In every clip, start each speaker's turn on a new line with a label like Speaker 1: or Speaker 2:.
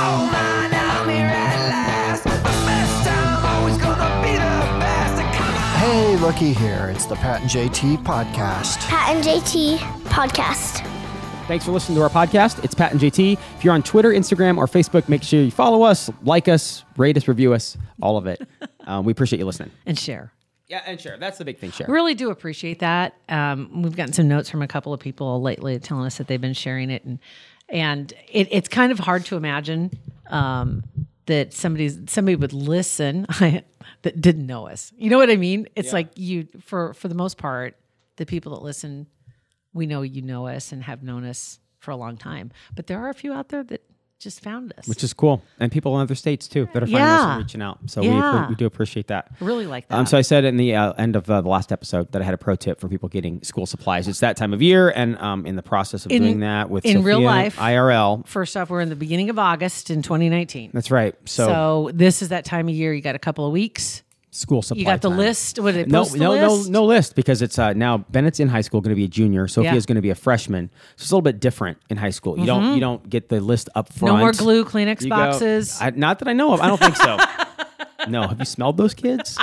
Speaker 1: Oh man, I'm here at last. The best time, always gonna be the best. Come on.
Speaker 2: Hey, looky here. It's the Pat and JT podcast.
Speaker 3: Pat and JT podcast.
Speaker 4: Thanks for listening to our podcast. It's Pat and JT. If you're on Twitter, Instagram, or Facebook, make sure you follow us, like us, rate us, review us, all of it. um, we appreciate you listening.
Speaker 5: and share.
Speaker 4: Yeah, and share. That's the big thing, share.
Speaker 5: Really do appreciate that. Um, we've gotten some notes from a couple of people lately telling us that they've been sharing it, and and it, it's kind of hard to imagine um, that somebody's somebody would listen that didn't know us. You know what I mean? It's like you for for the most part, the people that listen, we know you know us and have known us for a long time. But there are a few out there that just found us.
Speaker 4: Which is cool. And people in other states, too, that are finding us
Speaker 5: Yeah.
Speaker 4: and reaching out. So we,
Speaker 5: Yeah.
Speaker 4: appre- we do appreciate that.
Speaker 5: really like that.
Speaker 4: Um, so I said in the uh, end of uh, the last episode that I had a pro tip for people getting school supplies. It's that time of year, and um, in the process of doing that with
Speaker 5: in real
Speaker 4: Sophia,
Speaker 5: life.
Speaker 4: IRL.
Speaker 5: First off, we're in the beginning of August in 2019.
Speaker 4: That's right. So,
Speaker 5: So this is that time of year. You got a couple of weeks.
Speaker 4: school supply.
Speaker 5: You got the
Speaker 4: time.
Speaker 5: list. What did it
Speaker 4: No,
Speaker 5: post the
Speaker 4: no, no,
Speaker 5: list?
Speaker 4: no list because it's uh, now Bennett's in high school, going to be a junior. Sophia's going to be a freshman. So it's a little bit different in high school. You don't you don't get the list up front.
Speaker 5: Mm-hmm. No more glue Kleenex
Speaker 4: You go-
Speaker 5: boxes.
Speaker 4: I, not that I know of. I don't think so. no, have you smelled those kids?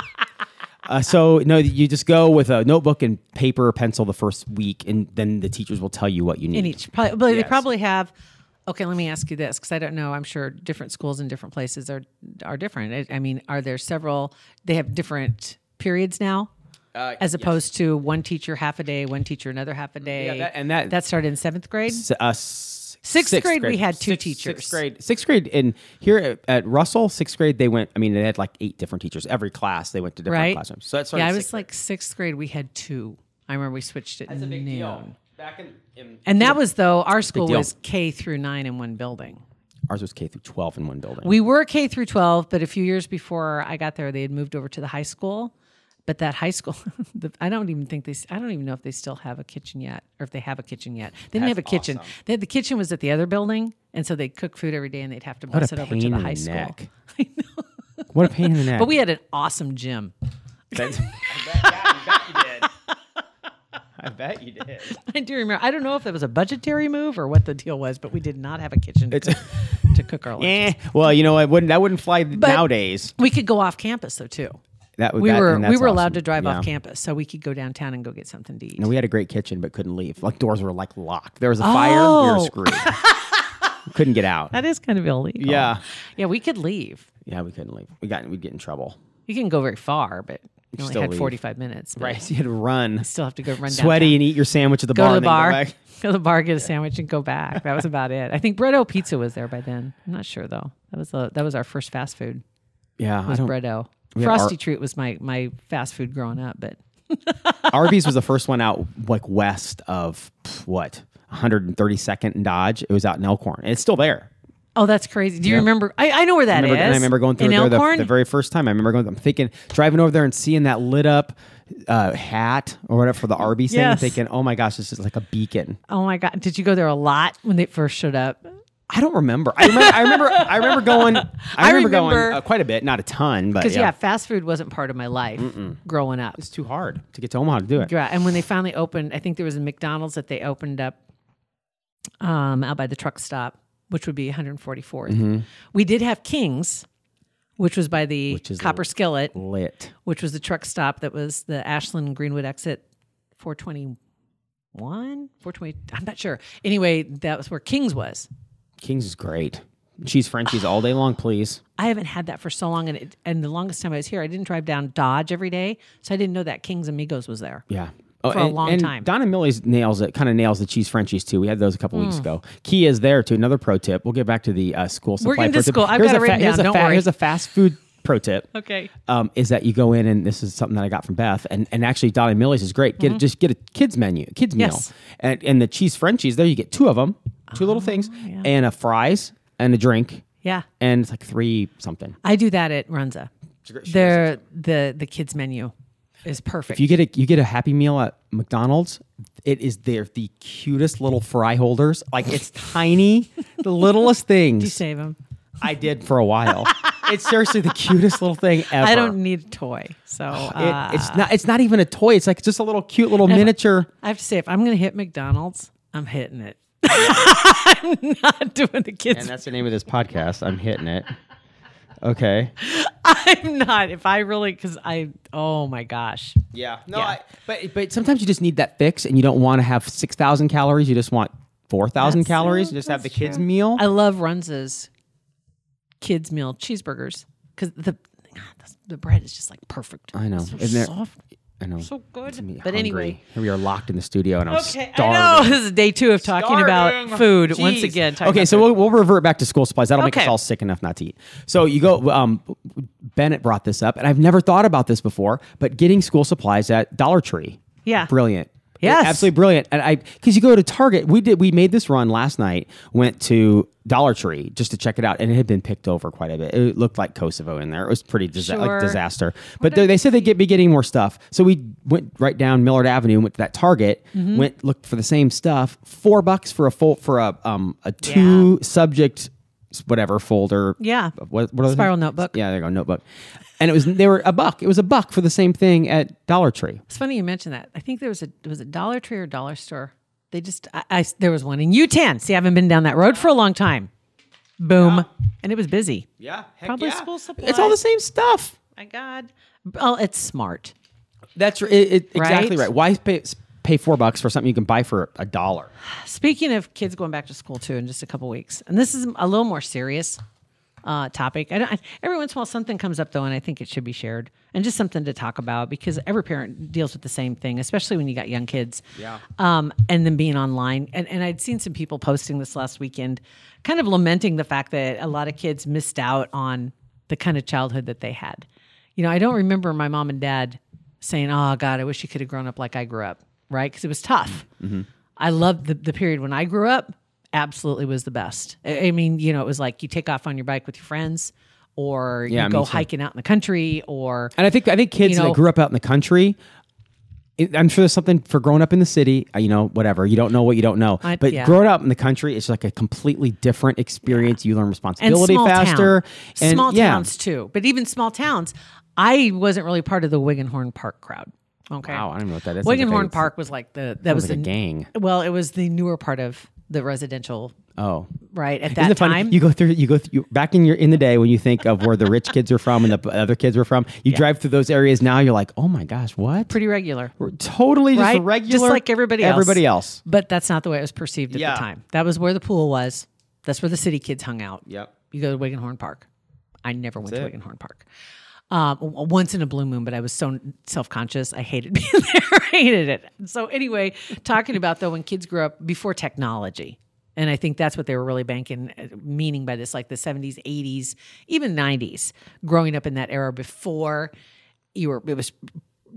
Speaker 4: Uh, so no, you just go with a notebook and paper or pencil the first week, and then the teachers will tell you what you need.
Speaker 5: in each. Probably, but
Speaker 4: Yes.
Speaker 5: they probably have. Okay, let me ask you this because I don't know. I'm sure different schools in different places are are different. I, I mean, are there several? They have different periods now,
Speaker 4: Uh,
Speaker 5: as opposed to one teacher half a day, one teacher another half a day.
Speaker 4: that- and that-
Speaker 5: that started in seventh grade.
Speaker 4: S- uh, s-
Speaker 5: Sixth grade, we had two
Speaker 4: Sixth- Sixth
Speaker 5: teachers.
Speaker 4: grade, sixth grade, and here at, at Russell, sixth grade, they went. I mean, they had like eight different teachers. Every class, they went to different
Speaker 5: Right.
Speaker 4: classrooms. So that's
Speaker 5: yeah, I was like sixth grade. We had two. I remember we switched it. That's noon.
Speaker 4: Back in,
Speaker 5: And that was though our school
Speaker 4: deal.
Speaker 5: was K through nine in one building.
Speaker 4: ours was K through twelve in one building.
Speaker 5: We were K through 12, but a few years before I got there, they had moved over to the high school. But that high school, the, I don't even think they, s- I don't even know if they still have a kitchen yet or if they have a kitchen yet. They didn't have a kitchen. They had, the kitchen was at the other building. And so they'd cook food every day and they'd have to bus
Speaker 4: a
Speaker 5: it over
Speaker 4: pain
Speaker 5: to
Speaker 4: in
Speaker 5: the
Speaker 4: the
Speaker 5: high school.
Speaker 4: neck.
Speaker 5: I know.
Speaker 4: what a pain in the neck.
Speaker 5: But we had an awesome gym.
Speaker 4: That's- I bet you did. I bet you did.
Speaker 5: I do remember. I don't know if that was a budgetary move or what the deal was, but we did not have a kitchen to, cook, to cook our lunches.
Speaker 4: Eh, well, you know, I wouldn't. That wouldn't fly nowadays.
Speaker 5: We could go off campus though too.
Speaker 4: That would.
Speaker 5: We
Speaker 4: that-
Speaker 5: were
Speaker 4: and
Speaker 5: we
Speaker 4: that's
Speaker 5: were
Speaker 4: awesome.
Speaker 5: allowed to drive
Speaker 4: Yeah.
Speaker 5: off campus, so we could go downtown and go get something to eat.
Speaker 4: And we had a great kitchen, but couldn't leave. Like doors were like locked. There was a fire. We were
Speaker 5: Oh.
Speaker 4: screwed. couldn't get out.
Speaker 5: That is kind of illegal.
Speaker 4: Yeah.
Speaker 5: Yeah, we could leave.
Speaker 4: Yeah, we couldn't leave. We got we'd get in trouble.
Speaker 5: You can go very far, but you only
Speaker 4: still
Speaker 5: had
Speaker 4: leave.
Speaker 5: 45 minutes. but
Speaker 4: So you had to run,
Speaker 5: You still have to go run
Speaker 4: sweaty,
Speaker 5: downtown.
Speaker 4: and eat your sandwich at the
Speaker 5: Go
Speaker 4: bar.
Speaker 5: to the
Speaker 4: and then
Speaker 5: bar,
Speaker 4: back.
Speaker 5: go to the bar, get a sandwich, and go back. That was about it. I think Bread O Pizza was there by then. I'm not sure though. That was the, that was our first fast food.
Speaker 4: Yeah, I
Speaker 5: Was
Speaker 4: don't-
Speaker 5: Bread O.
Speaker 4: had our-
Speaker 5: Frosty Treat was my my fast food growing up, but
Speaker 4: Arby's was the first one out, like west of pff, what 132nd and Dodge. It was out in Elkhorn, and it's still there.
Speaker 5: oh, that's crazy. Do you remember? I, I know where
Speaker 4: I
Speaker 5: that is.
Speaker 4: remember, and I remember going through
Speaker 5: in
Speaker 4: there the,
Speaker 5: Elkhorn?
Speaker 4: the very first time. I remember going. I'm thinking, driving over there and seeing that lit up uh, hat or whatever for the Arby's
Speaker 5: Yes.
Speaker 4: thing, and thinking, oh my gosh, this is like a beacon.
Speaker 5: oh my god, did you go there a lot when they first showed
Speaker 4: Uh,
Speaker 5: up?
Speaker 4: I don't remember. I remember. I remember. I remember going. I
Speaker 5: I
Speaker 4: remember, going
Speaker 5: remember-
Speaker 4: uh, quite a bit, not a ton, but
Speaker 5: Because yeah.
Speaker 4: yeah,
Speaker 5: fast food wasn't part of my life growing up.
Speaker 4: it's too hard to get to Omaha to do it.
Speaker 5: Yeah, and when they finally opened, I think there was a McDonald's that they opened up um, out by the truck stop, which would be 144th.
Speaker 4: Mm-hmm.
Speaker 5: We did have King's, which was by the
Speaker 4: is
Speaker 5: Copper Skillet,
Speaker 4: Lit.
Speaker 5: which was the truck stop that was the Ashland Greenwood exit 421, 420. I'm not sure. Anyway, that was where King's was.
Speaker 4: King's is great. Cheese Frenchies all day long, please.
Speaker 5: I haven't had that for so long, and it, and the longest time I was here, I didn't drive down Dodge every day, so I didn't know that King's Amigos was there.
Speaker 4: Yeah. Oh,
Speaker 5: For a
Speaker 4: and,
Speaker 5: long
Speaker 4: and
Speaker 5: time.
Speaker 4: Donna Millie's nails it, kind of nails the cheese Frenchies too. We had those a couple
Speaker 5: Mm.
Speaker 4: weeks ago. Kia's there too. Another pro tip. We'll get back to the uh, school supply.
Speaker 5: getting to
Speaker 4: pro tip.
Speaker 5: school. I've
Speaker 4: Here's
Speaker 5: got
Speaker 4: a
Speaker 5: it written
Speaker 4: here's
Speaker 5: down.
Speaker 4: a
Speaker 5: Don't worry.
Speaker 4: Here's a fast food pro tip.
Speaker 5: Okay.
Speaker 4: Um, is that you go in and this is something that I got from Beth and, and actually Donna Millie's is great. Get a, just get a kids menu, kids
Speaker 5: Mm-hmm. Yes. Oh,
Speaker 4: meal, and and the cheese Frenchies there. You get two of them, two little things, and a fries. and a drink,
Speaker 5: Yeah.
Speaker 4: and it's like three something.
Speaker 5: I do that at Runza. Their the the kids menu is perfect.
Speaker 4: If you get a you get a Happy Meal at McDonald's, it is they're the cutest little fry holders. Like it's tiny, the littlest
Speaker 5: you
Speaker 4: things.
Speaker 5: save them.
Speaker 4: I did for a while. it's seriously the cutest little thing ever.
Speaker 5: I don't need a toy, so
Speaker 4: Oh, It,
Speaker 5: uh,
Speaker 4: it's not. It's not even a toy. It's like just a little cute little miniature.
Speaker 5: I have to say, if I'm going to hit McDonald's, I'm hitting it. I'm not doing the
Speaker 4: And uh,
Speaker 5: kids.
Speaker 4: that's the name of this podcast. I'm hitting it. Okay.
Speaker 5: I'm not. If I really, because I, oh my gosh,
Speaker 4: Yeah. No. I, but but sometimes you just need that fix, and you don't want to have six thousand calories. You just want four thousand
Speaker 5: That's-
Speaker 4: calories. You just have the kids' meal.
Speaker 5: I love Runza's kids meal cheeseburgers because the the bread is just like perfect.
Speaker 4: I know.
Speaker 5: It's so
Speaker 4: Isn't there-
Speaker 5: soft.
Speaker 4: I know.
Speaker 5: So good.
Speaker 4: It's me
Speaker 5: But anyway.
Speaker 4: hungry. here we are locked in the studio, and I'm
Speaker 5: Okay,
Speaker 4: starving.
Speaker 5: I know this is day two of talking about
Speaker 4: Starving.
Speaker 5: food once
Speaker 4: Jeez.
Speaker 5: again. talking
Speaker 4: Okay,
Speaker 5: about
Speaker 4: so
Speaker 5: food.
Speaker 4: we'll, we'll revert back to school supplies. That'll make
Speaker 5: Okay.
Speaker 4: us all sick enough not to eat. So you go. Um, Bennett brought this up, and I've never thought about this before. But getting school supplies at Dollar Tree,
Speaker 5: Yeah.
Speaker 4: brilliant.
Speaker 5: Yes.
Speaker 4: absolutely brilliant. And I because you go to Target, we did we made this run last night. Went to Dollar Tree just to check it out, and it had been picked over quite a bit. It looked like Kosovo in there. It was pretty disa-
Speaker 5: Sure.
Speaker 4: like disaster. But they, they said they'd get, be getting more stuff. So we went right down Millard Avenue and went to that Target,
Speaker 5: Mm-hmm.
Speaker 4: went looked for the same stuff. Four bucks for a full for a um a two subject whatever folder.
Speaker 5: Yeah.
Speaker 4: What, what are the
Speaker 5: Spiral
Speaker 4: things?
Speaker 5: notebook.
Speaker 4: Yeah, there you go, notebook. And it was they were a buck. It was a buck for the same thing at Dollar Tree.
Speaker 5: It's funny you mentioned that. I think there was a was it Dollar Tree or Dollar Store. They just I, I there was one in U10. See, I haven't been down that road for a long time. Boom, and it was busy.
Speaker 4: Yeah, heck
Speaker 5: Probably yeah. school supplies.
Speaker 4: It's all the same stuff.
Speaker 5: My God, oh, it's smart.
Speaker 4: That's r- it, it, exactly
Speaker 5: Right?
Speaker 4: right. Why pay pay four bucks for something you can buy for a dollar?
Speaker 5: Speaking of kids going back to school too in just a couple weeks, and this is a little more serious uh, topic. I don't, I, every once in a while, something comes up though, and I think it should be shared and just something to talk about because every parent deals with the same thing, especially when you got young kids. Yeah. Um, and then being online, and and I'd seen some people posting this last weekend, kind of lamenting the fact that a lot of kids missed out on the kind of childhood that they had. You know, I don't remember my mom and dad saying, "Oh God, I wish you could have grown up like I grew up," right? Because it was tough.
Speaker 4: Mm-hmm.
Speaker 5: I loved the, the period when I grew up. Absolutely was the best. I I mean, you know, it was like you take off on your bike with your friends, or
Speaker 4: Yeah,
Speaker 5: you
Speaker 4: me
Speaker 5: go
Speaker 4: too.
Speaker 5: hiking out in the country, or
Speaker 4: And I think I think kids
Speaker 5: You know-
Speaker 4: that grew up out in the country. it- I'm sure there's something for growing up in the city. uh, You know, whatever. You don't know what you don't know.
Speaker 5: I-
Speaker 4: but
Speaker 5: yeah.
Speaker 4: growing up in the country, it's like a completely different experience. You learn
Speaker 5: and
Speaker 4: responsibility
Speaker 5: small
Speaker 4: faster.
Speaker 5: town.
Speaker 4: and
Speaker 5: small
Speaker 4: yeah.
Speaker 5: towns too. But even small towns, I wasn't really part of the Wiggenhorn Park crowd. Okay,
Speaker 4: Wow, I don't even know what that is. Sounds like
Speaker 5: Wiggenhorn
Speaker 4: a-
Speaker 5: Park was like the that
Speaker 4: sounds
Speaker 5: was
Speaker 4: like a
Speaker 5: the
Speaker 4: gang.
Speaker 5: Well, it was the newer part of the residential,
Speaker 4: Oh,
Speaker 5: right? At
Speaker 4: Isn't
Speaker 5: that
Speaker 4: it funny?
Speaker 5: time,
Speaker 4: You go through. You go through, you- back in your in the day when you think of where the rich kids are from and the p- other kids were from. You drive through those areas now. You're like, oh my gosh, what?
Speaker 5: pretty regular.
Speaker 4: We're totally just
Speaker 5: right?
Speaker 4: regular,
Speaker 5: just like everybody else.
Speaker 4: Everybody else.
Speaker 5: But that's not the way it was perceived at
Speaker 4: Yeah.
Speaker 5: the time. That was where the pool was. That's where the city kids hung out.
Speaker 4: Yep.
Speaker 5: You go to Wiggenhorn Park. I never went
Speaker 4: That's
Speaker 5: to Wiggenhorn Park. Um, w- once in a blue moon, but I was so self conscious. I hated being there. I hated it. So anyway, talking about though when kids grew up before technology, and I think that's what they were really banking uh, meaning by this, like the seventies, eighties, even nineties, growing up in that era before you were it was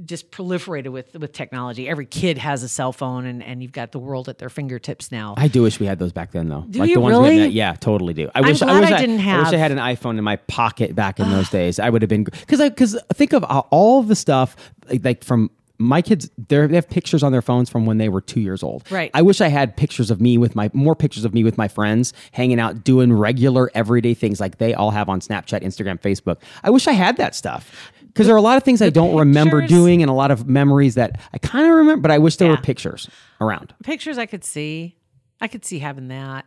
Speaker 5: just proliferated with with technology. Every kid has a cell phone, and and you've got the world at their fingertips now.
Speaker 4: I do wish we had those back then, though.
Speaker 5: you
Speaker 4: the we have
Speaker 5: really?
Speaker 4: now- yeah, totally do. I wish,
Speaker 5: glad
Speaker 4: wish
Speaker 5: I didn't
Speaker 4: I wish I had
Speaker 5: have-
Speaker 4: an iPhone in my pocket back in those days. I would have been because I because think of all- all of the stuff like, like from my kids. they're- They have pictures on their phones from when they were two years old.
Speaker 5: Right.
Speaker 4: I wish I had pictures of me with my more pictures of me with my friends hanging out doing regular everyday things like they all have on Snapchat, Instagram, Facebook. I wish I had that stuff. Because there are a lot of things I don't remember
Speaker 5: pictures-
Speaker 4: doing and a lot of memories that I kind of remember, but I wish there were
Speaker 5: Yeah.
Speaker 4: pictures around.
Speaker 5: pictures I could see. I could see having that.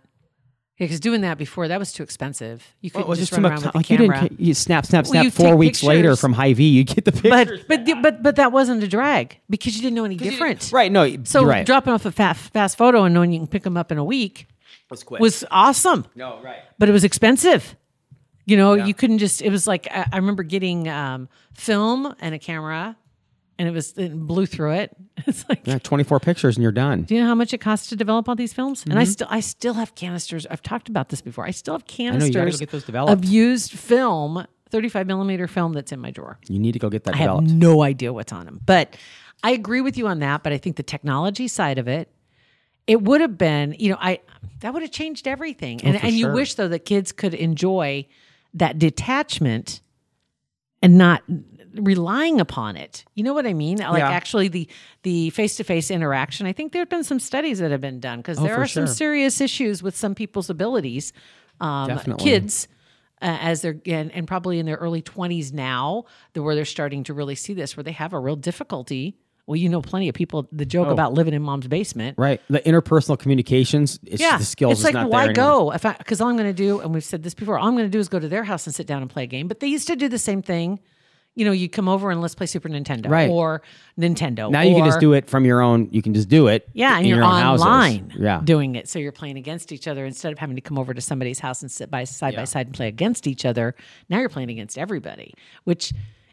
Speaker 5: Because doing that before that was too expensive. You could
Speaker 4: Well, it was
Speaker 5: just
Speaker 4: too
Speaker 5: run
Speaker 4: much
Speaker 5: around
Speaker 4: time.
Speaker 5: with the
Speaker 4: Like, you didn't
Speaker 5: camera.
Speaker 4: ca- you snap, snap,
Speaker 5: Well,
Speaker 4: snap.
Speaker 5: you
Speaker 4: four
Speaker 5: take
Speaker 4: weeks later
Speaker 5: pictures.
Speaker 4: from High V, you get the picture.
Speaker 5: but but the- but but that wasn't a drag because you didn't know any different.
Speaker 4: right? No, y-
Speaker 5: So
Speaker 4: you're right.
Speaker 5: dropping off a fast, fast photo and knowing you can pick them up in a week was quick. Oh, Was awesome.
Speaker 4: no, right.
Speaker 5: but it was expensive. You know, you couldn't just. It was like I, I remember getting um, film and a camera, and it was it blew through it. It's like,
Speaker 4: Yeah, Twenty-four pictures and you're done.
Speaker 5: do you know how much it costs to develop all these films? And I
Speaker 4: Mm-hmm.
Speaker 5: still, I still have canisters. I've talked about this before. I still have
Speaker 4: know, you gotta go
Speaker 5: canisters
Speaker 4: get those
Speaker 5: of
Speaker 4: developed.
Speaker 5: used film, thirty-five millimeter film that's in my drawer.
Speaker 4: You need to go get that
Speaker 5: I have
Speaker 4: developed.
Speaker 5: no idea what's on them. But I agree with you on that. But I think the technology side of it it would have been, you know, I that would have changed everything. And and you wish though that kids could enjoy that detachment and not relying upon it. You know what I mean? Like
Speaker 6: Yeah.
Speaker 5: actually the the face-to-face interaction. I think there have been some studies that have been done because there
Speaker 6: for
Speaker 5: are some
Speaker 6: sure.
Speaker 5: serious issues with some people's abilities. Um
Speaker 4: Definitely.
Speaker 5: kids uh, as they're and, and probably in their early 20s now, the, where they're starting to really see this where they have a real difficulty. Well, you know plenty of people the joke about living in mom's basement.
Speaker 4: Oh. Right. The interpersonal communications, it's
Speaker 5: Yeah,
Speaker 4: the skills
Speaker 5: It's
Speaker 4: is
Speaker 5: like
Speaker 4: not
Speaker 5: why
Speaker 4: there anymore.
Speaker 5: go? If because all I'm going to do, and we've said this before, all I'm going to do is go to their house and sit down and play a game. But they used to do the same thing. You know, you come over and let's play Super Nintendo
Speaker 4: Right.
Speaker 5: or Nintendo.
Speaker 4: Now you can just
Speaker 5: or-
Speaker 4: do it from your own. You can just do it.
Speaker 5: Yeah, and
Speaker 4: in
Speaker 5: you're
Speaker 4: your own houses.
Speaker 5: online
Speaker 4: Yeah,
Speaker 5: doing it. So you're playing against each other instead of having to come over to somebody's house and sit by side by side and play against each other. Now you're playing against everybody, which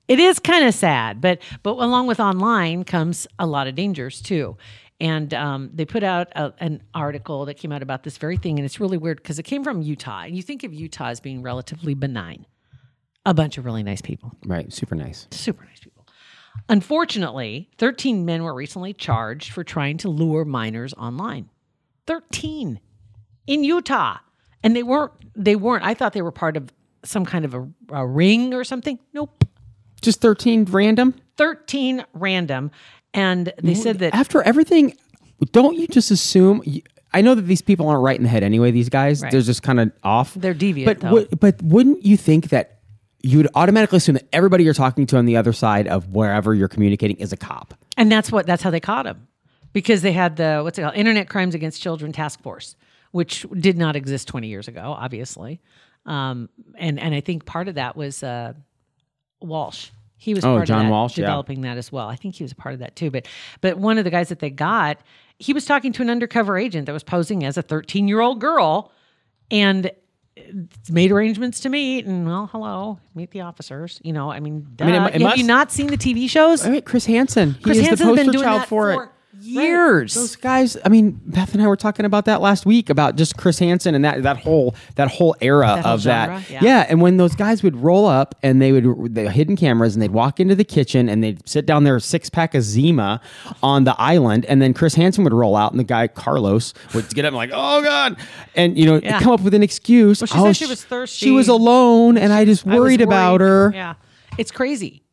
Speaker 5: it is kind of sad, but but along with online comes a lot of dangers too. And um, they put out a, an article that came out about this very thing, and it's really weird because it came from Utah, and you think of Utah as being relatively benign, a bunch of really nice people
Speaker 4: right. Super nice.
Speaker 5: super nice people. Unfortunately, 13 men were recently charged for trying to lure minors online. 13 in Utah. And they weren't they weren't I thought they were part of some kind of a, a ring or something. Nope.
Speaker 4: Just thirteen random.
Speaker 5: 13 random and they said that
Speaker 4: after everything, don't you just assume? you- I know that these people aren't right in the head anyway. These guys, they're just kind of off.
Speaker 5: They're deviant,
Speaker 4: But
Speaker 5: though.
Speaker 4: would- but wouldn't you think that you would automatically assume that everybody you're talking to on the other side of wherever you're communicating is a cop?
Speaker 5: And that's what that's how they caught him because they had the what's it called Internet Crimes Against Children Task Force, which did not exist 20 years ago, obviously. Um, and and I think part of that was uh, Walsh. He was
Speaker 4: Oh,
Speaker 5: part
Speaker 4: John
Speaker 5: of that,
Speaker 4: Walsh, yeah.
Speaker 5: developing that as well. I think he was a part of that too. But but one of the guys that they got, he was talking to an undercover agent that was posing as a 13 year old girl, and made arrangements to meet. And well, hello, meet the officers. You know, I mean, duh.
Speaker 4: mean, it mu- it
Speaker 5: have
Speaker 4: must-
Speaker 5: you not seen the TV shows?
Speaker 4: All right, Chris Hansen. He
Speaker 5: Chris
Speaker 4: is
Speaker 5: Hansen's
Speaker 4: the poster
Speaker 5: been doing
Speaker 4: child
Speaker 5: that
Speaker 4: for,
Speaker 5: for
Speaker 4: it.
Speaker 5: years.
Speaker 4: Those guys. I mean, Beth and I were talking about that last week about just Chris Hansen and that that whole that whole era
Speaker 5: whole
Speaker 4: of
Speaker 5: genre,
Speaker 4: that.
Speaker 5: yeah.
Speaker 4: and when those guys would roll up and they would the hidden cameras and they'd walk into the kitchen and they'd sit down their six pack of Zima on the island and then Chris Hansen would roll out and the guy Carlos would get up and like, oh god, and you know
Speaker 5: Yeah.
Speaker 4: come up with an excuse.
Speaker 5: she
Speaker 4: oh,
Speaker 5: said she was thirsty.
Speaker 4: She was alone, and I just
Speaker 5: I was
Speaker 4: worried, about her.
Speaker 5: Yeah, it's crazy.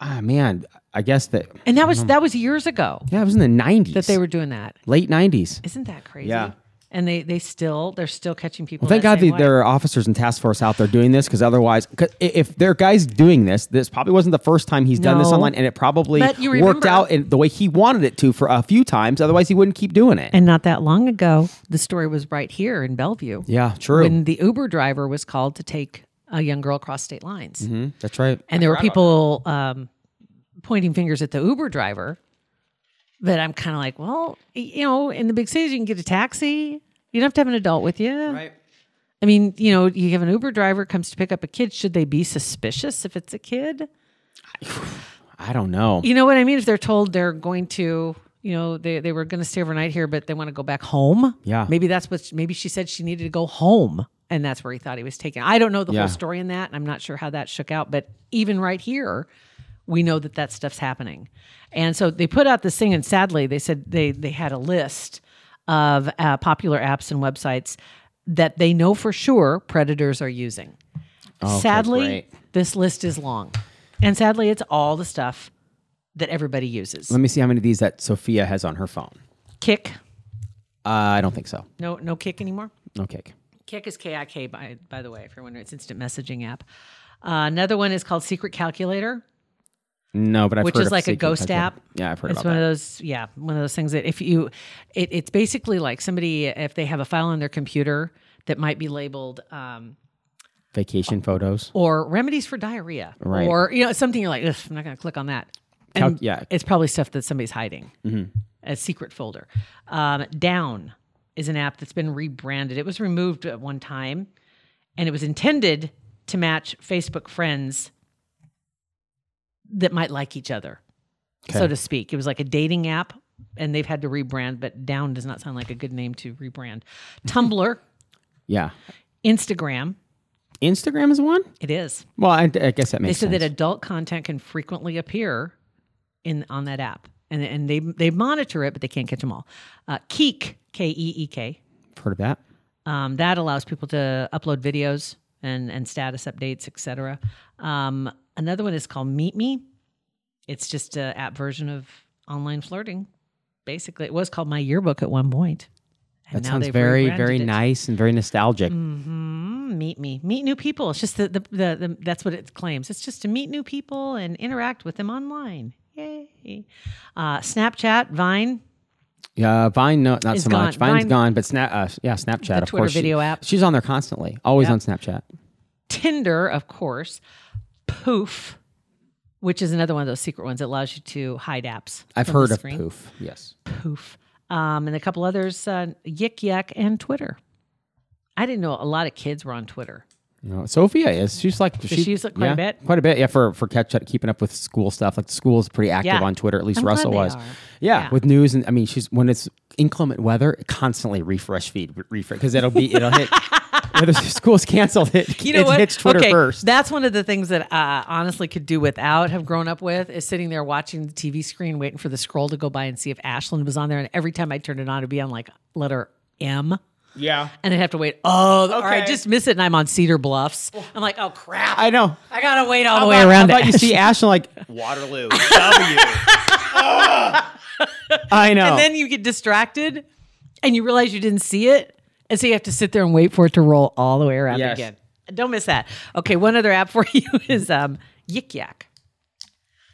Speaker 4: Ah man, I guess that
Speaker 5: And that was that was years ago
Speaker 4: yeah, it was in the nineties
Speaker 5: that they were doing that.
Speaker 4: late nineties.
Speaker 5: Isn't that crazy?
Speaker 4: Yeah.
Speaker 5: And they they still they're still catching people.
Speaker 4: Well, thank
Speaker 5: that
Speaker 4: God
Speaker 5: same
Speaker 4: that there
Speaker 5: way.
Speaker 4: are officers and task force out there doing this because otherwise, cause i- if there are guys doing this, this probably wasn't the first time he's done this
Speaker 5: No.
Speaker 4: online, and it probably
Speaker 5: But you
Speaker 4: worked
Speaker 5: remember-
Speaker 4: out in the way he wanted it to for a few times. Otherwise, he wouldn't keep doing it.
Speaker 5: And not that long ago, the story was right here in Bellevue.
Speaker 4: yeah, true.
Speaker 5: When the Uber driver was called to take a young girl across state lines,
Speaker 4: Mhm, That's right.
Speaker 5: and there were people um, pointing fingers at the Uber driver. But I'm kind of like, well, y- you know, in the big cities, you can get a taxi. You don't have to have an adult with you. Right. I mean, you know, you have an Uber driver comes to pick up a kid. Should they be suspicious if it's a kid?
Speaker 4: I don't know.
Speaker 5: You know what I mean? If they're told they're going to, you know, they, they were going to stay overnight here, but they want to go back home.
Speaker 4: Yeah.
Speaker 5: Maybe that's what, maybe she said she needed to go home. And that's where he thought he was taken. I don't know the
Speaker 4: Yeah.
Speaker 5: whole story in that. And I'm not sure how that shook out. But even right here, we know that that stuff's happening. And so they put out this thing. And sadly, they said they, they had a list of uh, popular apps and websites that they know for sure predators are using. sadly,
Speaker 4: great.
Speaker 5: this list is long. And sadly, it's all the stuff that everybody uses.
Speaker 4: Let me see how many of these that Sophia has on her phone.
Speaker 5: Kick.
Speaker 4: Uh, I don't think so.
Speaker 5: No, no kick anymore.
Speaker 4: No cake.
Speaker 5: Kick is K I K by by the way, if you're wondering, it's instant messaging app. Uh, another one is called Secret Calculator,
Speaker 4: No, but I've
Speaker 5: which
Speaker 4: heard
Speaker 5: is
Speaker 4: of
Speaker 5: like a
Speaker 4: secret
Speaker 5: ghost
Speaker 4: touch-
Speaker 5: app.
Speaker 4: Yeah, I've heard
Speaker 5: it's
Speaker 4: about
Speaker 5: one
Speaker 4: that.
Speaker 5: of those. Yeah, one of those things that if you, it, it's basically like somebody if they have a file on their computer that might be labeled um,
Speaker 4: Vacation photos.
Speaker 5: or remedies for diarrhea,
Speaker 4: Right.
Speaker 5: or you know something you're like, Ugh, I'm not going to click on that.
Speaker 4: Calc- yeah. Mm-hmm.
Speaker 5: it's probably stuff that somebody's hiding, a secret folder. Um, Down is an app that's been rebranded. It was removed at one time, and it was intended to match Facebook friends that might like each other, so to speak. It was like a dating app, and they've had to rebrand. But Down does not sound like a good name to rebrand. Tumblr,
Speaker 4: Yeah.
Speaker 5: Instagram,
Speaker 4: Instagram is one.
Speaker 5: it is.
Speaker 4: Well, I, I guess that
Speaker 5: They
Speaker 4: makes
Speaker 5: said
Speaker 4: sense.
Speaker 5: that adult content can frequently appear in on that app. and and they they monitor it, but they can't catch them all. Uh, Keek K E E K.
Speaker 4: Heard of that?
Speaker 5: Um, that allows people to upload videos and and status updates, etc. Um, another one is called Meet Me. It's just a app version of online flirting. Basically, it was called My Yearbook at one point. And
Speaker 4: That
Speaker 5: now
Speaker 4: sounds
Speaker 5: they've
Speaker 4: very,
Speaker 5: rebranded
Speaker 4: very
Speaker 5: it.
Speaker 4: nice and very nostalgic.
Speaker 5: Mm, meet me, meet new people. It's just the, the, the, the that's what it claims. It's just to meet new people and interact with them online. Yay! Uh, Snapchat, Vine,
Speaker 4: Yeah, Vine, no, not
Speaker 5: Is
Speaker 4: so much.
Speaker 5: gone.
Speaker 4: Vine's
Speaker 5: Vine-
Speaker 4: gone, but Snap, uh, yeah, Snapchat,
Speaker 5: The
Speaker 4: of
Speaker 5: Twitter
Speaker 4: course. She-
Speaker 5: video app.
Speaker 4: She's on there constantly, always on Snapchat.
Speaker 5: Tinder, of course, Poof, which is another one of those secret ones that allows you to hide apps.
Speaker 4: I've
Speaker 5: from the
Speaker 4: heard of
Speaker 5: screen.
Speaker 4: Poof. Yes.
Speaker 5: Poof, um, and a couple others, uh, Yik Yak and Twitter. I didn't know a lot of kids were on Twitter.
Speaker 4: No, Sophia is. She's like she,
Speaker 5: she use it quite a
Speaker 4: yeah,
Speaker 5: bit?
Speaker 4: Quite a bit, yeah. For for catch up, keeping up with school stuff. Like the school is pretty active
Speaker 5: Yeah.
Speaker 4: on Twitter. At least
Speaker 5: I'm glad
Speaker 4: Russell
Speaker 5: they
Speaker 4: was.
Speaker 5: are.
Speaker 4: Yeah,
Speaker 5: Yeah.
Speaker 4: with news and I mean, she's when it's inclement weather, constantly refresh feed re- refresh because it'll be it'll hit whether school's canceled. It,
Speaker 5: You know
Speaker 4: it
Speaker 5: what?
Speaker 4: hits Twitter
Speaker 5: okay,
Speaker 4: first.
Speaker 5: That's one of the things that I honestly could do without, have grown up with, is sitting there watching the TV screen, waiting for the scroll to go by and see if Ashland was on there. And every time I turned it on, it'd be on like letter M.
Speaker 4: yeah,
Speaker 5: And I'd have to wait. Oh, or I
Speaker 4: Okay.
Speaker 5: just miss it and I'm on Cedar Bluffs. I'm like, oh, crap.
Speaker 4: I know.
Speaker 5: I got to wait all the
Speaker 4: How
Speaker 5: way
Speaker 4: about-
Speaker 5: around
Speaker 4: How about
Speaker 5: to
Speaker 4: you see Ashlyn like
Speaker 6: Waterloo. W.
Speaker 4: I know.
Speaker 5: And then you get distracted and you realize you didn't see it. And so you have to sit there and wait for it to roll all the way around
Speaker 4: Yes.
Speaker 5: again. Don't miss that. Okay, one other app for you is um, Yik Yak.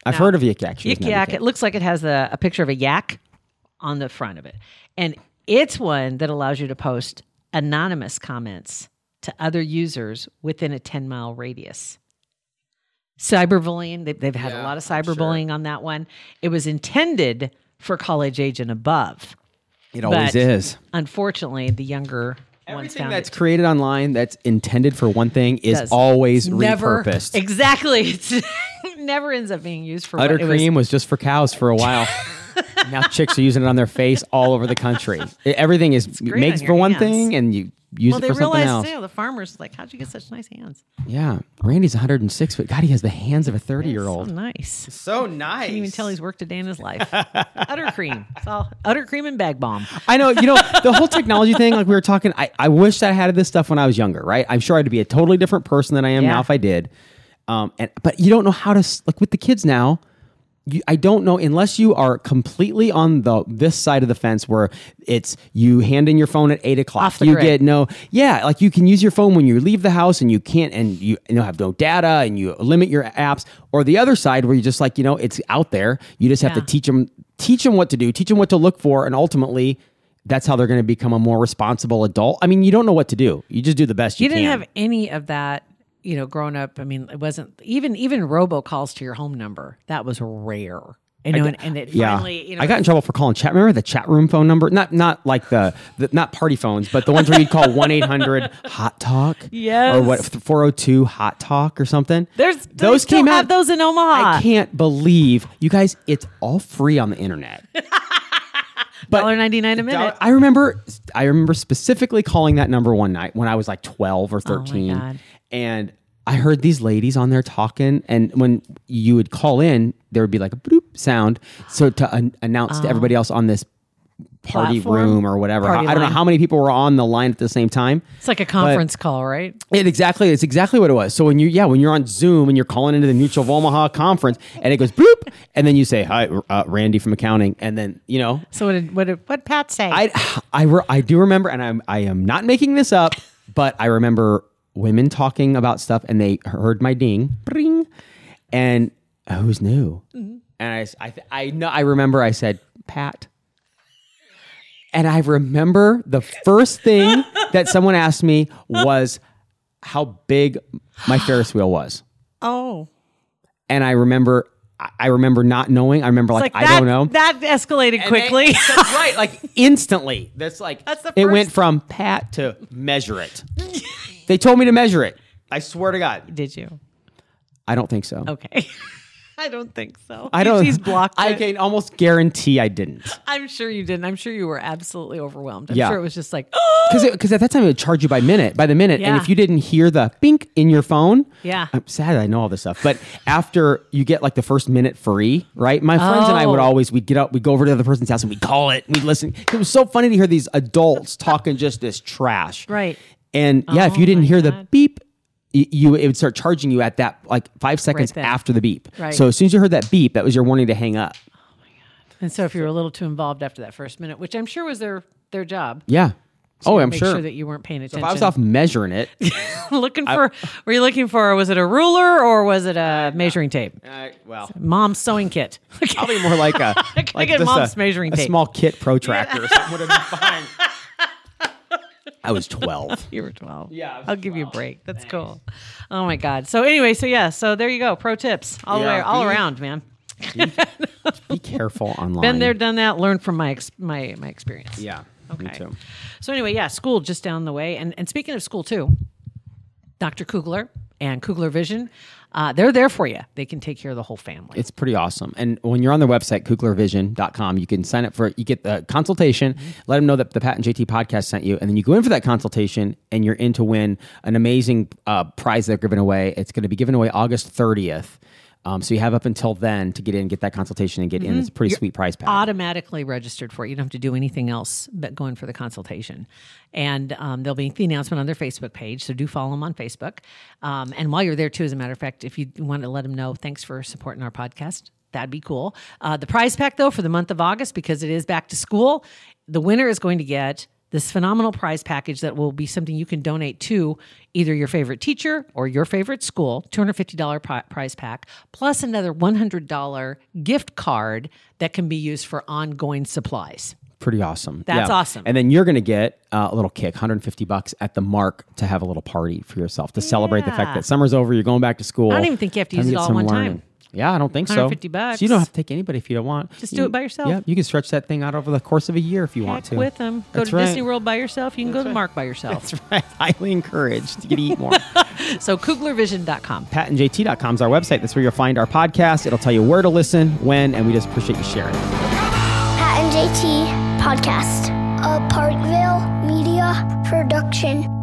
Speaker 4: I've heard of Yik Yak. She was
Speaker 5: Yik
Speaker 4: never
Speaker 5: Yak.
Speaker 4: good.
Speaker 5: It looks like it has a, a picture of a yak on the front of it. And it's one that allows you to post anonymous comments to other users within a 10 mile radius. Cyberbullying, they, they've had a lot of cyberbullying on that one. It was intended for college age and above.
Speaker 4: It always
Speaker 5: but-
Speaker 4: is.
Speaker 5: Unfortunately, the younger ones
Speaker 4: Everything
Speaker 5: found
Speaker 4: that's
Speaker 5: it
Speaker 4: created online that's intended for one thing is
Speaker 5: does.
Speaker 4: always
Speaker 5: never,
Speaker 4: repurposed.
Speaker 5: Exactly. It's never ends up being used for
Speaker 4: Butter
Speaker 5: what it was
Speaker 4: cream was, just for cows for a while. now chicks are using it on their face all over the country. It- everything is
Speaker 5: great
Speaker 4: makes
Speaker 5: on
Speaker 4: for
Speaker 5: your
Speaker 4: one
Speaker 5: hands.
Speaker 4: thing, and you use
Speaker 5: well,
Speaker 4: it
Speaker 5: they
Speaker 4: for something
Speaker 5: realized
Speaker 4: else.
Speaker 5: too. The farmers like, how'd you get such nice hands?
Speaker 4: Yeah, Randy's 106, but God, he has the hands of a 30 year
Speaker 5: So
Speaker 4: old.
Speaker 5: Oh, nice.
Speaker 4: So nice.
Speaker 5: Can't even tell he's worked a day in his life. utter cream. It's all utter cream and bag bomb.
Speaker 4: I know, you know, the whole technology thing, like we were talking, I, I wish that I had this stuff when I was younger, right? I'm sure I'd be a totally different person than I am
Speaker 5: Yeah.
Speaker 4: now if I did. Um, and but you don't know how to s- like with the kids now. You, I don't know unless you are completely on the this side of the fence where it's you hand in your phone at eight o'clock.
Speaker 5: Off the
Speaker 4: you
Speaker 5: grid.
Speaker 4: get no, yeah, like you can use your phone when you leave the house and you can't and you, you know have no data and you limit your apps. Or the other side where you just like you know it's out there. You just have to
Speaker 5: Yeah.
Speaker 4: teach them teach them what to do, teach them what to look for, and ultimately. That's how they're going to become a more responsible adult. I mean, you don't know what to do. You just do the best you,
Speaker 5: You didn't
Speaker 4: can.
Speaker 5: have any of that, you know, growing up. I mean, it wasn't even even robocalls to your home number. That was rare. You know, and, and it finally, you know,
Speaker 4: I got in trouble for calling chat. Remember the chat room phone number? Not not like the, the not party phones, but the ones where you'd call one eight hundred Hot Talk.
Speaker 5: Yes.
Speaker 4: Or what four hundred two Hot Talk or something.
Speaker 5: There's- they still have those in Omaha.
Speaker 4: I can't believe you guys. It's all free on the internet.
Speaker 5: dollar ninety nine a minute.
Speaker 4: I remember I remember specifically calling that number one night when I was like 12 or 13
Speaker 5: Oh God.
Speaker 4: and I heard these ladies on there talking and when you would call in there would be like a bloop sound so to an- announce to everybody else on this party
Speaker 5: Oh. Platform?
Speaker 4: room or whatever
Speaker 5: Party
Speaker 4: I don't know
Speaker 5: line.
Speaker 4: how many people were on the line at the same time
Speaker 5: It's like a conference call, right?
Speaker 4: it exactly. It's exactly what it was. So when you, yeah, when you're on Zoom and you're calling into the Mutual of Omaha conference, and it goes bloop, and then you say hi, uh, Randy from accounting, and then you know,
Speaker 5: So what did what did what Pat say?
Speaker 4: I I, re- I do remember, and I'm I am not making this up, but I remember women talking about stuff, and they heard my ding, bring, and who's new?
Speaker 5: Mm-hmm.
Speaker 4: And I s- I th- I know I remember I said Pat, and I remember the first thing that someone asked me was how big my Ferris wheel was,
Speaker 5: oh,
Speaker 4: and I remember. I- I remember not knowing. I remember like,
Speaker 5: like
Speaker 4: I
Speaker 5: that,
Speaker 4: don't know
Speaker 5: That escalated
Speaker 4: and they-
Speaker 5: quickly.
Speaker 4: that's right, like instantly. That's like
Speaker 5: That's the
Speaker 4: it went
Speaker 5: first-
Speaker 4: from pat to measure it. they told me to measure it. I swear to God,
Speaker 5: did you?
Speaker 4: I don't think so.
Speaker 5: Okay. I don't think so.
Speaker 4: I don't.
Speaker 5: She's blocked.
Speaker 4: I
Speaker 5: it.
Speaker 4: can almost guarantee I didn't.
Speaker 5: I'm sure you didn't. I'm sure you were absolutely overwhelmed. I'm
Speaker 4: Yeah.
Speaker 5: sure it was just like, oh,
Speaker 4: Because because at that time it would charge you by minute by the minute, and
Speaker 5: Yeah.
Speaker 4: if you didn't hear the bink in your phone,
Speaker 5: Yeah.
Speaker 4: I'm sad I know all this stuff. But after you get like the first minute free, right? My friends and I would
Speaker 5: Oh.
Speaker 4: always we'd get up, we'd go over to the other person's house, and we'd call it, and we'd listen. It was so funny to hear these adults talking just this trash,
Speaker 5: Right. Oh
Speaker 4: And yeah, if you didn't
Speaker 5: my
Speaker 4: hear the
Speaker 5: God.
Speaker 4: beep. y- You it would start charging you at that like five seconds
Speaker 5: then.
Speaker 4: after the beep.
Speaker 5: Right.
Speaker 4: So as soon as you heard that beep, that was your warning to hang up.
Speaker 5: and so if you were a little too involved after that first minute, which I'm sure was their their job.
Speaker 4: Yeah. oh, I'm
Speaker 5: Make
Speaker 4: sure.
Speaker 5: sure. that you weren't paying attention.
Speaker 4: if I was off measuring it,
Speaker 5: looking for, were you looking for? Was it a ruler or was it a measuring tape?
Speaker 4: well,
Speaker 5: Mom's sewing kit.
Speaker 4: Probably more like a
Speaker 5: Can I
Speaker 4: like
Speaker 5: get
Speaker 4: just
Speaker 5: mom's
Speaker 4: a,
Speaker 5: measuring
Speaker 4: a
Speaker 5: tape?
Speaker 4: small kit protractor. or something would have been fine. I was twelve.
Speaker 5: You were 12.
Speaker 4: Yeah, I was
Speaker 5: I'll give you a break. That's cool. Oh my God. So anyway, so yeah, so there you go. Pro tips all the
Speaker 4: Yeah.
Speaker 5: way, all
Speaker 4: Be-
Speaker 5: around, man.
Speaker 4: Be careful online.
Speaker 5: Been there, done that. Learned from my ex- my my experience.
Speaker 4: Yeah. Me
Speaker 5: Okay.
Speaker 4: too.
Speaker 5: So anyway, yeah, school just down the way. And and speaking of school too, Dr. Kugler and Kugler Vision, uh, they're there for you. They can take care of the whole family.
Speaker 4: It's pretty awesome. And when you're on their website, kuglervision.com, you can sign up for You get the consultation,
Speaker 5: Mm-hmm.
Speaker 4: let them know that the Pat and JT podcast sent you. And then you go in for that consultation and you're in to win an amazing uh, prize they're giving away. It's going to be given away August 30th. Um, so you have up until then to get in, get that consultation, and get
Speaker 5: Mm-hmm.
Speaker 4: in. It's a pretty sweet prize pack.
Speaker 5: automatically registered for it. You don't have to do anything else but go in for the consultation. And um, there'll be the announcement on their Facebook page. So do follow them on Facebook. Um, and while you're there, too, as a matter of fact, if you want to let them know, thanks for supporting our podcast. That'd be cool. Uh, the prize pack, though, for the month of August, because it is back to school, the winner is going to get this phenomenal prize package that will be something you can donate to either your favorite teacher or your favorite school $250 pri- prize pack plus another $100 gift card that can be used for ongoing supplies
Speaker 4: pretty awesome.
Speaker 5: That's awesome.
Speaker 4: And then you're going to get uh, a little kick, 150 bucks at the mark to have a little party for yourself to celebrate the fact
Speaker 5: Yeah.
Speaker 4: that summer's over, you're going back to school.
Speaker 5: I don't even think you have to
Speaker 4: Time
Speaker 5: use it
Speaker 4: get
Speaker 5: all
Speaker 4: some
Speaker 5: one time.
Speaker 4: Yeah, I don't think so. So
Speaker 5: 150
Speaker 4: you don't
Speaker 5: bucks.
Speaker 4: have to take anybody if you don't want.
Speaker 5: Just
Speaker 4: You-
Speaker 5: do it by yourself.
Speaker 4: Yeah, you can stretch that thing out over the course of a year if you want
Speaker 5: Heck
Speaker 4: to.
Speaker 5: with them go
Speaker 4: That's
Speaker 5: to
Speaker 4: right.
Speaker 5: disney world by yourself you can go to mark by yourself
Speaker 4: That's right. Highly encouraged to get to eat more.
Speaker 5: so kuglervision.com
Speaker 4: PatentJT.com is our website. That's where you'll find our podcast. It'll tell you where to listen, when, and we just appreciate you sharing.
Speaker 3: Pat and JT Podcast. A Parkville Media Production.